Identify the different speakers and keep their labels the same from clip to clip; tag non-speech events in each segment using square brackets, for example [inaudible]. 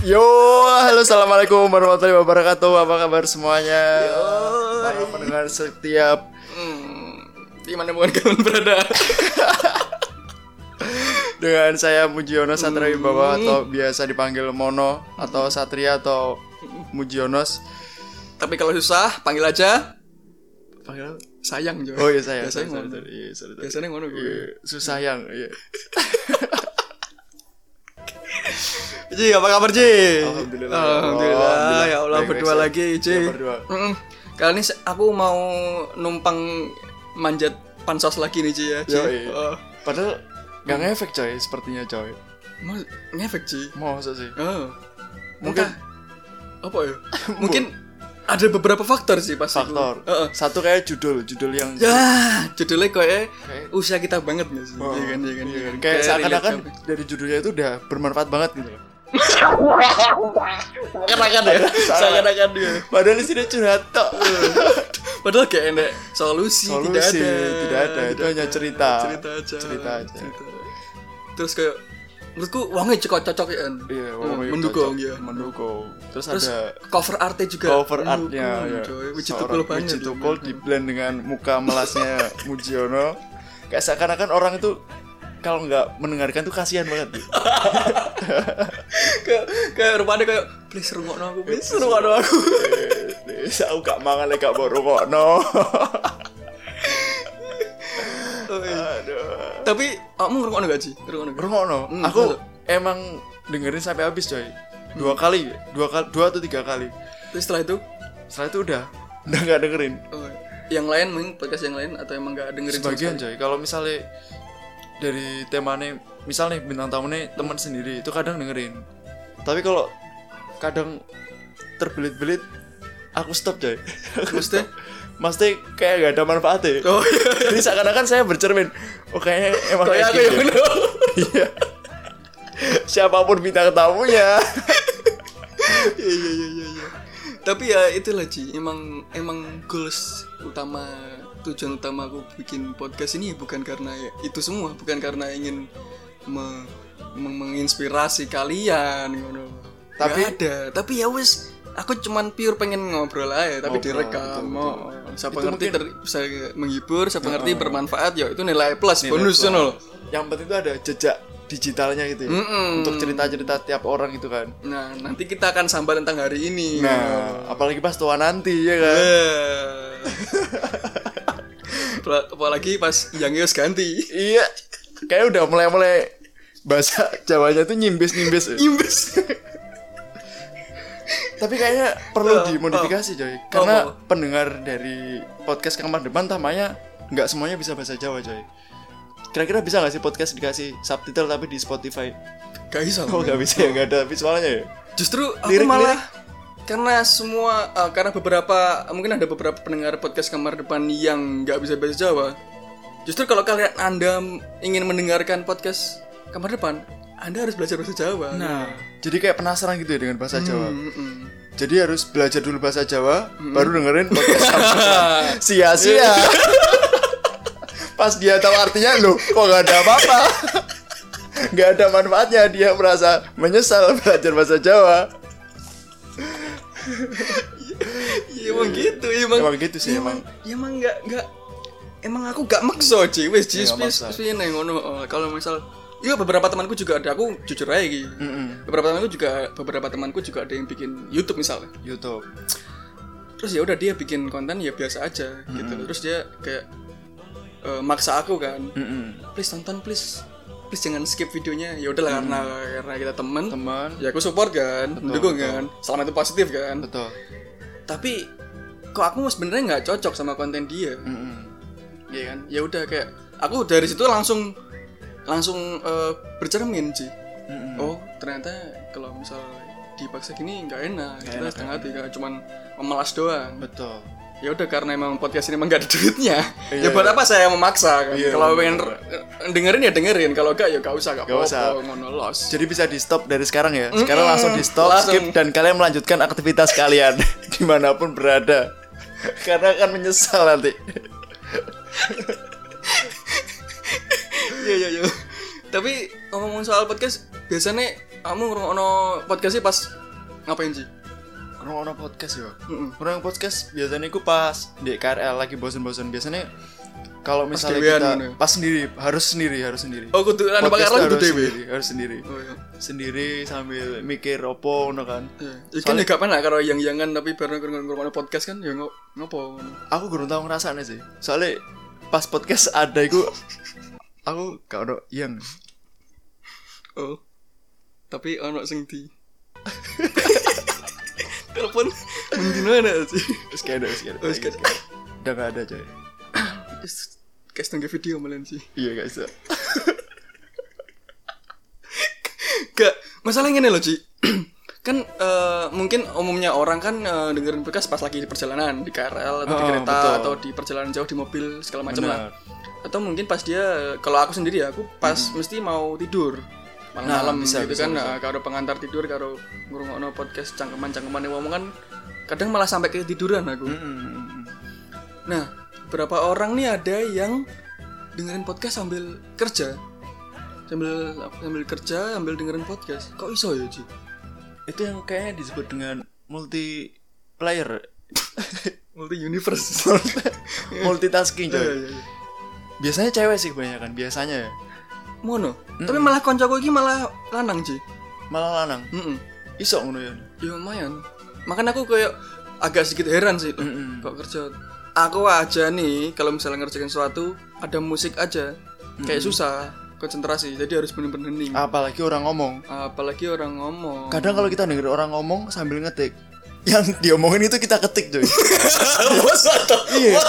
Speaker 1: Yo, halo assalamualaikum warahmatullahi wabarakatuh. Apa kabar semuanya? Para pendengar setiap
Speaker 2: Hmm, di mana bukan [laughs] kalian berada?
Speaker 1: dengan saya Mujiono Satria
Speaker 2: Hmm.
Speaker 1: Wibawa atau biasa dipanggil Mono atau Satria atau Mujionos.
Speaker 2: Tapi kalau susah, panggil aja.
Speaker 1: Panggil apa?
Speaker 2: Sayang Jo.
Speaker 1: Oh iya saya.
Speaker 2: Biasanya
Speaker 1: sorry, sorry,
Speaker 2: ngono.
Speaker 1: sorry. Iya, sorry, sorry.
Speaker 2: Biasanya ngono gue.
Speaker 1: Iya, susah yang. Iya.
Speaker 2: Ji, apa kabar Ji?
Speaker 1: Alhamdulillah, ya Allah.
Speaker 2: Alhamdulillah. Ya Allah,
Speaker 1: Baik-baik
Speaker 2: berdua
Speaker 1: saja.
Speaker 2: lagi Ji.
Speaker 1: Ya, berdua.
Speaker 2: Mm-mm. Kali ini se- aku mau numpang manjat pansos lagi nih Ji ya. Ji.
Speaker 1: Yoi.
Speaker 2: Oh.
Speaker 1: Padahal nggak ngefek coy, sepertinya coy.
Speaker 2: Mau ngefek Ji.
Speaker 1: Masa sih?
Speaker 2: Oh.
Speaker 1: Mungkin-
Speaker 2: Entah. apa ya? Mungkin ada beberapa faktor sih pasti. itu.
Speaker 1: Faktor.
Speaker 2: Heeh.
Speaker 1: Satu kayak judul, judul yang
Speaker 2: Ya, judulnya kayak
Speaker 1: Kayak-
Speaker 2: usia kita banget gak sih?
Speaker 1: Oh,
Speaker 2: Iya kan, iya kan,
Speaker 1: iya
Speaker 2: iya kan.
Speaker 1: kan. Kayak
Speaker 2: relate
Speaker 1: seakan-akan
Speaker 2: banget.
Speaker 1: dari judulnya itu udah bermanfaat banget gitu loh.
Speaker 2: [laughs] Seakan-akan ya, seakan-akan dia. Iya,
Speaker 1: Padahal di sini curhat tok.
Speaker 2: [laughs]
Speaker 1: Iya,
Speaker 2: Padahal kayak enak solusi, tidak
Speaker 1: Solusi,
Speaker 2: ada,
Speaker 1: tidak ada. Itu hanya cerita.
Speaker 2: cerita aja,
Speaker 1: Cerita aja.
Speaker 2: cerita. Terus kayak menurutku uangnya cocok cocok ya, kan?
Speaker 1: Iya,
Speaker 2: Eh,
Speaker 1: wong itu
Speaker 2: mendukung
Speaker 1: cocok.
Speaker 2: ya.
Speaker 1: Mendukung. Terus,
Speaker 2: Terus
Speaker 1: ada
Speaker 2: cover artnya juga.
Speaker 1: cover
Speaker 2: mendukung,
Speaker 1: artnya ya.
Speaker 2: coy. Wiji
Speaker 1: Seorang
Speaker 2: tukul banget.
Speaker 1: Wiji
Speaker 2: ya.
Speaker 1: Tukul di blend dengan muka melasnya Mujiono. Kayak seakan-akan orang itu kalau nggak mendengarkan tuh kasihan
Speaker 2: [laughs]
Speaker 1: banget. gitu.
Speaker 2: [laughs] Kayak kayak rupanya kayak please rungokno aku, please rungokno aku. [laughs]
Speaker 1: Eh, Aku gak mangan lagi gak mau rungokno.
Speaker 2: Oh, iya.
Speaker 1: Aduh.
Speaker 2: Tapi kamu ngerungokno gak sih? Ngerungokno gak?
Speaker 1: Rungokno.
Speaker 2: Hmm,
Speaker 1: Aku
Speaker 2: masuk. Hmm.
Speaker 1: emang dengerin sampai habis coy. Dua kali, dua kali, dua atau tiga kali.
Speaker 2: Terus setelah itu
Speaker 1: Setelah itu udah [laughs] udah nggak dengerin.
Speaker 2: oh, yang lain mungkin podcast yang lain atau emang gak dengerin sama
Speaker 1: Sebagian
Speaker 2: sekali?
Speaker 1: coy. Kalau misalnya dari temanya, misalnya bintang tamunya teman sendiri itu kadang dengerin. Tapi kalau kadang terbelit-belit, aku stop coy. [laughs] Aku
Speaker 2: Maksudnya?
Speaker 1: stop. Maksudnya kayak gak ada manfaatnya.
Speaker 2: Oh iya.
Speaker 1: Jadi seakan-akan saya bercermin. Oh kayaknya emang
Speaker 2: Kayak
Speaker 1: kayak
Speaker 2: aku yang
Speaker 1: gitu.
Speaker 2: bener.
Speaker 1: Iya. Siapapun bintang
Speaker 2: [laughs]
Speaker 1: tamunya.
Speaker 2: Iya iya iya iya. iya. [laughs] Tapi ya itulah Ci, emang emang goals utama tujuan utama aku bikin podcast ini bukan karena itu semua, bukan karena ingin me- me- menginspirasi kalian ngono.
Speaker 1: Tapi-
Speaker 2: Nggak ada, tapi ya wis aku cuman pure pengen ngobrol aja tapi
Speaker 1: Ngobrol,
Speaker 2: direkam.
Speaker 1: betul,
Speaker 2: oh. Siapa
Speaker 1: Itu
Speaker 2: ngerti
Speaker 1: mungkin-
Speaker 2: ter- bisa menghibur, siapa ngerti bermanfaat ya itu nilai plus bonus
Speaker 1: plus.
Speaker 2: ngono loh.
Speaker 1: Yang penting itu ada jejak digitalnya gitu ya.
Speaker 2: Mm-mm.
Speaker 1: Untuk cerita-cerita tiap orang gitu kan.
Speaker 2: Nah, nanti kita akan sambat tentang hari ini.
Speaker 1: Nah, apalagi pas tua nanti ya kan.
Speaker 2: Eh. Apal- Apalagi pas yang Yos ganti
Speaker 1: Iya. Kayak udah mulai-mulai bahasa Jawanya tuh
Speaker 2: Iya.
Speaker 1: nyimbis-nyimbis.
Speaker 2: Imbes
Speaker 1: Tapi kayaknya perlu
Speaker 2: Oh,
Speaker 1: dimodifikasi coy. Karena
Speaker 2: oh.
Speaker 1: pendengar dari podcast kamar depan tamanya nggak semuanya bisa bahasa Jawa coy. Kira-kira bisa nggak sih podcast dikasih subtitle tapi di Spotify?
Speaker 2: Gak bisa
Speaker 1: Oh nggak bisa ya nggak ada visualnya ya.
Speaker 2: Justru aku
Speaker 1: Lirik-lirik.
Speaker 2: malah Karena semua eh, Karena beberapa Mungkin ada beberapa pendengar podcast kamar depan Yang nggak bisa bahasa Jawa Justru kalau kalian Anda ingin mendengarkan podcast kamar depan Anda harus belajar bahasa Jawa Nah
Speaker 1: Jadi kayak penasaran gitu ya dengan bahasa Jawa.
Speaker 2: Hmm.
Speaker 1: Jadi harus belajar dulu bahasa Jawa, baru dengerin podcast sama [laughs] orang. sia-sia. [laughs] Pas dia tahu artinya loh, kok nggak ada apa-apa. [laughs] Nggak ada manfaatnya dia merasa menyesal belajar bahasa Jawa.
Speaker 2: Iya emang gitu Emang,
Speaker 1: Emang gitu sih emang.
Speaker 2: Ya emang nggak nggak emang aku gak maksa sih wes sih
Speaker 1: Ya, nggak
Speaker 2: wes
Speaker 1: maksa.
Speaker 2: wes neng ngono Oh, kalau misal iya beberapa temanku juga ada aku jujur aja gitu
Speaker 1: Mm-mm.
Speaker 2: beberapa temanku juga beberapa temanku juga ada yang bikin YouTube misalnya
Speaker 1: YouTube.
Speaker 2: terus ya udah dia bikin konten ya biasa aja gitu terus dia kayak eh, maksa aku kan
Speaker 1: Mm-mm.
Speaker 2: please tonton please please jangan skip videonya ya udahlah karena karena kita temen
Speaker 1: Teman.
Speaker 2: ya aku support kan mendukung
Speaker 1: betul.
Speaker 2: kan selama itu positif kan
Speaker 1: Betul.
Speaker 2: tapi kok aku sebenarnya nggak cocok sama konten dia
Speaker 1: Mm-mm.
Speaker 2: Iya kan? Ya udah kayak aku dari situ langsung langsung eh, bercermin sih.
Speaker 1: Mm-mm.
Speaker 2: Oh, ternyata kalau misal dipaksa gini nggak enak. Kita setengah
Speaker 1: kan?
Speaker 2: hati kayak cuman memelas doang.
Speaker 1: Betul.
Speaker 2: Ya udah karena emang podcast ini emang nggak ada [laughs] duitnya.
Speaker 1: Iya,
Speaker 2: ya buat apa saya memaksa kan?
Speaker 1: Iya,
Speaker 2: kalau
Speaker 1: iya.
Speaker 2: pengen eh, dengerin ya dengerin, kalau enggak ya enggak usah, enggak
Speaker 1: Nggak usah.
Speaker 2: apa-apa, ngono
Speaker 1: [laughs]
Speaker 2: los.
Speaker 1: Jadi bisa di stop dari sekarang ya. Sekarang langsung di stop,
Speaker 2: Langsung.
Speaker 1: skip dan kalian melanjutkan aktivitas kalian [laughs] dimanapun berada. [laughs] Karena akan menyesal nanti.
Speaker 2: Iya iya iya. Tapi ngomong soal podcast, biasanya kamu ngerungokno podcastnya pas ngapain sih?
Speaker 1: Kurang ono podcast ya.
Speaker 2: Mm-mm.
Speaker 1: Kurang podcast biasanya ku pas di KRL lagi bosen-bosen biasanya kalau misalnya
Speaker 2: dewean
Speaker 1: kita
Speaker 2: gitu ya?
Speaker 1: pas sendiri harus sendiri harus sendiri.
Speaker 2: Oh, kudu anu
Speaker 1: Podcast
Speaker 2: pakai arang kudu
Speaker 1: harus
Speaker 2: dewe.
Speaker 1: sendiri, harus sendiri.
Speaker 2: Oh iya.
Speaker 1: Sendiri sambil mikir opo ngono kan.
Speaker 2: Iya. Ikan ya gak pernah karo yang-yangan tapi bareng ngerungokno podcast kan ya ngo- ngopo.
Speaker 1: Aku kurang tahu ngerasane sih. Soalnya pas podcast ada iku aku gak ono iya. yang
Speaker 2: Oh. Tapi ono sing di.
Speaker 1: [laughs]
Speaker 2: Telepon mendino ana sih.
Speaker 1: wis kene wis kene.
Speaker 2: Wis kene.
Speaker 1: Udah gak ada coy.
Speaker 2: Wis, Guys, nunggu video malan sih.
Speaker 1: Iya guys. ya.
Speaker 2: Gak, masalahnya gini loh Ci [clears throat] Kan eh, mungkin umumnya orang kan eh, dengerin podcast pas lagi di perjalanan Di KRL atau di
Speaker 1: Oh,
Speaker 2: kereta
Speaker 1: betul.
Speaker 2: atau di perjalanan jauh di mobil segala macam
Speaker 1: Bener.
Speaker 2: lah Atau mungkin pas dia, kalau aku sendiri ya Aku pas mesti mau tidur Malam-malam
Speaker 1: Nah, bisa,
Speaker 2: gitu
Speaker 1: bisa,
Speaker 2: kan
Speaker 1: bisa.
Speaker 2: nah, Karo pengantar tidur, karo ngurungokno podcast Cangkeman-cangkeman yang ngomong kan Kadang malah sampai ketiduran aku
Speaker 1: Mm. Mm-mm.
Speaker 2: Nah, berapa orang nih ada yang dengerin podcast sambil kerja Sambil sambil kerja, sambil dengerin podcast Kok iso ya Ci?
Speaker 1: Itu yang kayaknya disebut dengan
Speaker 2: [laughs]
Speaker 1: multiplayer
Speaker 2: multi universe
Speaker 1: multitasking
Speaker 2: Iya,
Speaker 1: coy.
Speaker 2: iya, iya.
Speaker 1: Biasanya cewek sih kebanyakan, biasanya ya.
Speaker 2: mono tapi malah koncoku iki malah lanang sih
Speaker 1: Malah lanang.
Speaker 2: Heeh.
Speaker 1: Iso ngono ya.
Speaker 2: ya lumayan makan aku kayak agak sedikit heran sih loh,
Speaker 1: Mm-mm.
Speaker 2: kok kerja aku aja nih kalau misalnya ngerjain sesuatu ada musik aja kayak
Speaker 1: Hmm.
Speaker 2: susah konsentrasi jadi harus bener-bener hening
Speaker 1: Apalagi orang ngomong.
Speaker 2: apalagi orang
Speaker 1: Ah.
Speaker 2: ngomong [laughs]
Speaker 1: Kadang kalau kita denger orang ngomong sambil ngetik, yang diomongin itu kita ketik coy. iya.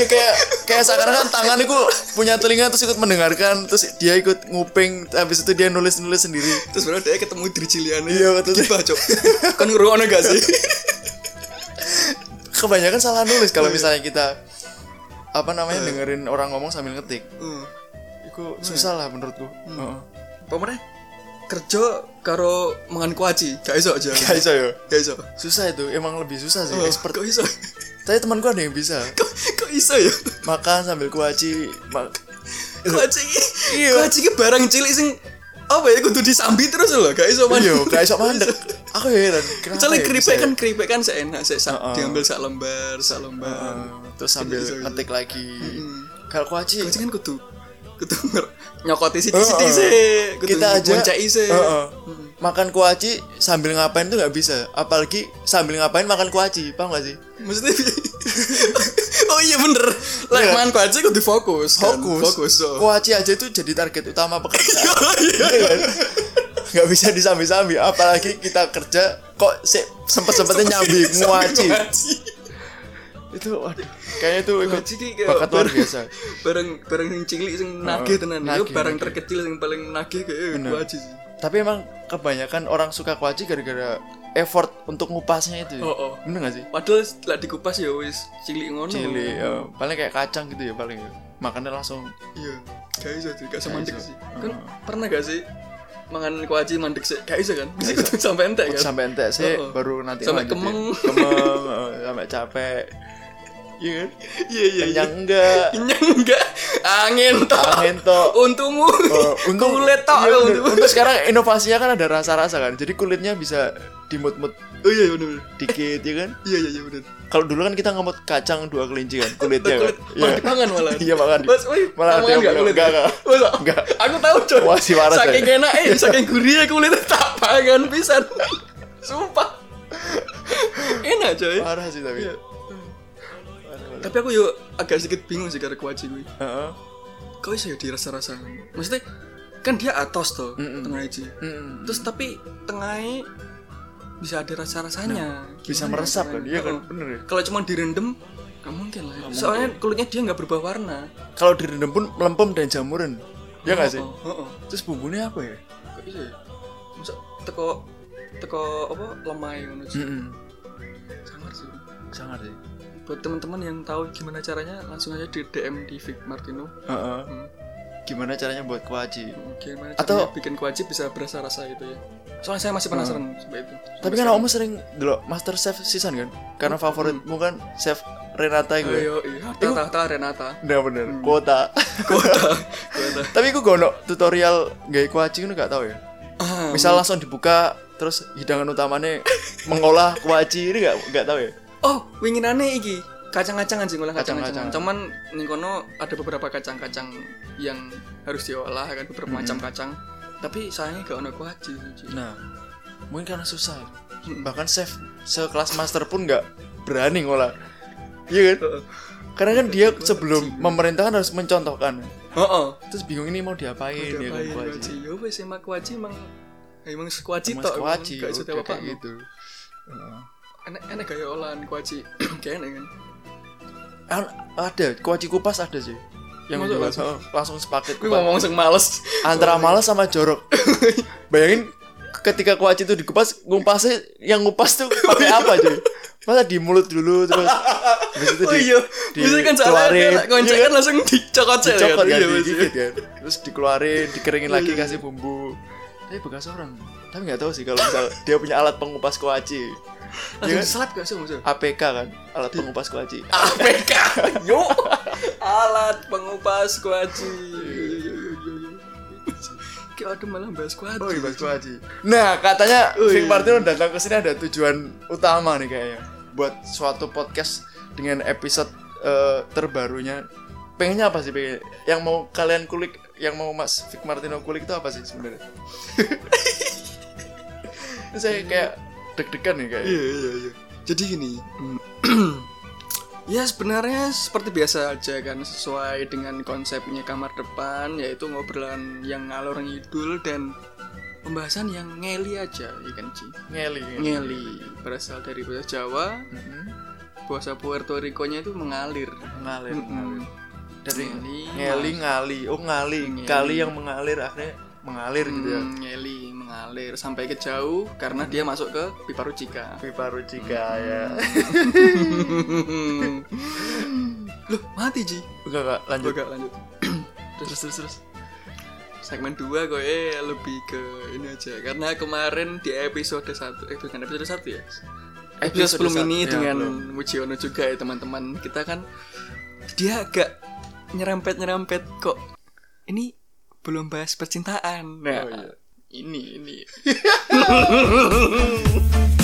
Speaker 1: iya kayak kayak seakan-akan tangan itu punya telinga terus ikut mendengarkan, terus dia ikut nguping, habis itu dia nulis-nulis sendiri.
Speaker 2: terus baru dia ketemu diri cilian
Speaker 1: Iya, betul.
Speaker 2: gitu cok [laughs] kan ngurungin gak sih
Speaker 1: Kebanyakan salah nulis kalau misalnya kita apa namanya dengerin orang ngomong sambil ngetik.
Speaker 2: Hmm.
Speaker 1: Itu susah lah menurutku. Heeh.
Speaker 2: pemerintah kerja karo mangan kuaci gak iso aja
Speaker 1: Gak iso ya? yo.
Speaker 2: gak iso
Speaker 1: Susah itu, emang lebih susah sih
Speaker 2: Oh,
Speaker 1: expert.
Speaker 2: kok iso [laughs]
Speaker 1: Tapi temanku ada yang bisa.
Speaker 2: kok, kok iso ya
Speaker 1: Makan sambil kuaci. ma-
Speaker 2: kuaci iki
Speaker 1: Iya.
Speaker 2: kuaci iki barang cilik sing apa ya kudu disambi terus loh gak iso
Speaker 1: Iya, gak
Speaker 2: [laughs]
Speaker 1: iso mandek. Aku heran. Kenapa?
Speaker 2: Soalnya
Speaker 1: ya Uh-uh.
Speaker 2: keripik
Speaker 1: bisa
Speaker 2: kan keripik kan seenak sek sak-
Speaker 1: Heeh.
Speaker 2: diambil sak lembar, sak lembar.
Speaker 1: Uh, terus sambil
Speaker 2: Bisa, bisa.
Speaker 1: ngetik lagi kalau kuaci
Speaker 2: Kuaci kan kudu kudu [laughs] nger- nyokoti sih
Speaker 1: Heeh.
Speaker 2: sih kudu
Speaker 1: Uh-uh. kita aja Uh-uh.
Speaker 2: ngonceki sih.
Speaker 1: Heeh. makan kuaci sambil ngapain tuh nggak bisa apalagi sambil ngapain makan kuaci paham gak sih
Speaker 2: Maksudnya [laughs] Oh iya bener. Lah
Speaker 1: Iya.
Speaker 2: makan kuaci kudu fokus. kan.
Speaker 1: fokus
Speaker 2: Fokus. so.
Speaker 1: kuaci aja itu jadi target utama pekerjaan
Speaker 2: [laughs] Iya.
Speaker 1: Iya kan? nggak bisa disambi-sambi apalagi kita kerja kok se sempet sempetnya
Speaker 2: Iya,
Speaker 1: nyambi kuaci itu waduh kayaknya itu ikut
Speaker 2: Kuaci ki kayak
Speaker 1: bakat ya. luar
Speaker 2: barang-
Speaker 1: biasa Uh-uh.
Speaker 2: Barang barang sing cilik sing nagih tenan. Itu
Speaker 1: nagih,
Speaker 2: barang
Speaker 1: nagih.
Speaker 2: terkecil sing paling nagih kayak
Speaker 1: Bener.
Speaker 2: kuaci sih.
Speaker 1: tapi emang kebanyakan orang suka kuaci gara-gara effort untuk ngupasnya itu ya?
Speaker 2: Oh, oh.
Speaker 1: bener gak sih
Speaker 2: Padahal lah dikupas ya wis cilik ngono.
Speaker 1: cili ya. paling kayak kacang gitu ya paling ya. makannya langsung
Speaker 2: Iya. Gak iso sih, gak semandek
Speaker 1: iso. Ah.
Speaker 2: sih. Kan pernah gak sih mangan kuaci mandek sih? Gak iso kan? Bisa kudu [laughs] sampai entek kan?
Speaker 1: sampai entek sih
Speaker 2: Oh, oh.
Speaker 1: baru nanti
Speaker 2: Sampai
Speaker 1: lanjutin.
Speaker 2: kemeng.
Speaker 1: [laughs] kemeng oh, sampai capek iya kan
Speaker 2: Iya iya iya.
Speaker 1: kenyang enggak
Speaker 2: Kenyang enggak?
Speaker 1: [laughs]
Speaker 2: Angin tok.
Speaker 1: angin tok
Speaker 2: Untukmu.
Speaker 1: Oh, untung
Speaker 2: kulit tok
Speaker 1: iya,
Speaker 2: lo
Speaker 1: bener.
Speaker 2: untukmu.
Speaker 1: Untung sekarang inovasinya kan ada rasa-rasa kan jadi kulitnya bisa dimut-mut
Speaker 2: Oh iya bener bener.
Speaker 1: dikit ya kan
Speaker 2: Iya iya iya bener.
Speaker 1: kalau dulu kan kita ngemut kacang dua kelinci kan kulitnya kan
Speaker 2: Kulit mandek banget malah.
Speaker 1: Iya, makan.
Speaker 2: Mas, woi,
Speaker 1: Malah
Speaker 2: makan
Speaker 1: ada yang
Speaker 2: enggak
Speaker 1: bilang,
Speaker 2: kulit?
Speaker 1: enggak, enggak.
Speaker 2: Masa?
Speaker 1: Enggak.
Speaker 2: Aku tahu, coy.
Speaker 1: Wah, si waras, ya.
Speaker 2: Saking
Speaker 1: coy.
Speaker 2: enak,
Speaker 1: [laughs]
Speaker 2: eh, saking gurihnya kulitnya tak pangan pisan.
Speaker 1: [laughs]
Speaker 2: Sumpah. Enak, coy.
Speaker 1: parah sih tapi
Speaker 2: Iya. Tapi aku yuk agak sedikit bingung sih karena kuaci gue.
Speaker 1: Heeh.
Speaker 2: Kok bisa ya dirasa-rasa? Maksudnya kan dia atas tuh
Speaker 1: Mm-mm.
Speaker 2: tengah aja.
Speaker 1: Mm-mm.
Speaker 2: Terus tapi tengahnya bisa ada rasa-rasanya.
Speaker 1: bisa
Speaker 2: Gimana
Speaker 1: meresap kan
Speaker 2: caranya?
Speaker 1: iya kan
Speaker 2: Oh.
Speaker 1: bener ya
Speaker 2: Kalau cuma direndam nggak mungkin lah. ya. Soalnya kulitnya dia nggak berubah warna.
Speaker 1: kalau direndam pun melempem dan jamuran ya nggak sih
Speaker 2: Oh, oh, oh.
Speaker 1: terus bumbunya apa ya
Speaker 2: Kok bisa ya? Masa teko teko apa lemai ngono sih.
Speaker 1: Mm-mm.
Speaker 2: Sangar sih.
Speaker 1: sangat sih
Speaker 2: Buat teman-teman yang tahu gimana caranya langsung aja di DM di Vic Martino.
Speaker 1: Heeh.
Speaker 2: Hmm.
Speaker 1: gimana caranya buat kuaci
Speaker 2: Gimana
Speaker 1: Atau-
Speaker 2: Atau bikin kuaci bisa berasa rasa gitu ya. Soalnya saya masih penasaran sampai itu.
Speaker 1: tapi kan kamu sering dulu master chef season kan karena favoritmu kan chef Renata
Speaker 2: Oh,
Speaker 1: gue
Speaker 2: iya, iya. Tata, tata, Renata.
Speaker 1: nah bener [laughs] kuota
Speaker 2: Kota. Kota.
Speaker 1: tapi gue gono tutorial gaya kuaci gue gak tau ya
Speaker 2: Ah,
Speaker 1: Misal langsung dibuka terus hidangan utamanya mengolah kuaci ini nggak nggak tahu ya.
Speaker 2: Oh, winginane iki kacang-kacangan sih ngolah kacang-kacangan.
Speaker 1: Kacang-kacangan.
Speaker 2: Cuman ning kono ada beberapa kacang-kacang yang harus diolah kan beberapa macam
Speaker 1: Hmm.
Speaker 2: kacang. Tapi sayangnya gak ono kuaci. Ci.
Speaker 1: Nah, mungkin karena susah. Bahkan chef sekelas master pun nggak berani ngolah. Iya kan?
Speaker 2: Heeh.
Speaker 1: Karena kan dia sebelum memerintahkan harus mencontohkan.
Speaker 2: Heeh.
Speaker 1: Terus bingung ini mau diapain,
Speaker 2: Udah
Speaker 1: ya kan
Speaker 2: bayar
Speaker 1: kuaci.
Speaker 2: kuaci. Yo wis emang kuaci emang emang sekuaci
Speaker 1: Mas
Speaker 2: tok.
Speaker 1: kuaci,
Speaker 2: Gak iso
Speaker 1: udah
Speaker 2: apa
Speaker 1: kayak gitu. Heeh.
Speaker 2: Enak enak kayak ya olahan [clears throat] kuaci. Kayak enak kan.
Speaker 1: An- Kan ada kuaci kupas ada sih yang
Speaker 2: Masuk
Speaker 1: jual,
Speaker 2: langsung?
Speaker 1: heeh, langsung sepaket
Speaker 2: Gue
Speaker 1: kupas.
Speaker 2: ngomong sing males.
Speaker 1: antara malas sama
Speaker 2: [laughs]
Speaker 1: jorok bayangin ketika kuaci itu dikupas ngumpasnya yang ngupas
Speaker 2: [laughs]
Speaker 1: tuh pakai apa cuy masa di mulut dulu terus habis itu
Speaker 2: Oh
Speaker 1: di
Speaker 2: iya,
Speaker 1: di-
Speaker 2: bisa kan soalnya
Speaker 1: dikeluarin. Iya
Speaker 2: kan ngoncek kan langsung dicokot sel ya.
Speaker 1: dicokot kan
Speaker 2: Iya, Mas,
Speaker 1: digigit kan terus dikeluarin dikeringin lagi
Speaker 2: Iya.
Speaker 1: kasih bumbu tapi bekas orang tapi nggak tahu sih kalau misal dia punya alat pengupas kuaci
Speaker 2: Langsung
Speaker 1: Iya.
Speaker 2: selap gak sih maksudnya?
Speaker 1: APK kan alat pengupas kuaci
Speaker 2: APK [laughs] yuk alat pengupas kuaci kayak ada malah Iya, bahas kuaci
Speaker 1: Oh, dibahas kuaci. Nah, katanya
Speaker 2: Oh,
Speaker 1: Vic
Speaker 2: iya.
Speaker 1: Martino datang ke sini ada tujuan utama nih kayaknya. Buat suatu podcast dengan episode eh, terbarunya. Pengennya apa sih? Pengen? Yang mau kalian kulik, yang mau Mas Vic Martino kulik itu apa sih sebenarnya? [laughs] Saya kayak deg-degan nih kayaknya.
Speaker 2: iya iya iya jadi gini [clears throat] mm, ya sebenarnya seperti biasa aja kan sesuai dengan konsepnya kamar depan yaitu ngobrolan yang ngalor ngidul dan pembahasan yang ngeli aja ya kan Ci
Speaker 1: Ngeli. ngeli.
Speaker 2: ngeli berasal dari bahasa Jawa
Speaker 1: Mhm.
Speaker 2: bahasa Puerto Rico-nya itu mengalir
Speaker 1: Ngalir, ngalir.
Speaker 2: Mm-mm.
Speaker 1: Dari
Speaker 2: Ngeli,
Speaker 1: ngeli, ngali. Oh, ngali.
Speaker 2: Ngeli.
Speaker 1: Kali yang mengalir akhirnya mengalir gitu ya.
Speaker 2: Hmm, ngeli mengalir sampai ke jauh karena dia masuk ke pipa
Speaker 1: [laughs]
Speaker 2: rucika.
Speaker 1: Pipa Rucika ya.
Speaker 2: Loh, mati Ji.
Speaker 1: Enggak, enggak, lanjut.
Speaker 2: Enggak lanjut. [clears throat] terus terus terus. Segmen 2 kok eh lebih ke ini aja karena kemarin di episode 1 eh bukan episode 1 ya. Episode
Speaker 1: Episode
Speaker 2: sebelum
Speaker 1: satu,
Speaker 2: ini
Speaker 1: ya,
Speaker 2: dengan
Speaker 1: belum.
Speaker 2: Mujiono juga ya teman-teman. Kita kan dia agak nyerempet-nyerempet kok. Ini belum
Speaker 1: iya.
Speaker 2: bahas percintaan. Nah,
Speaker 1: Oh, iya.
Speaker 2: ini ini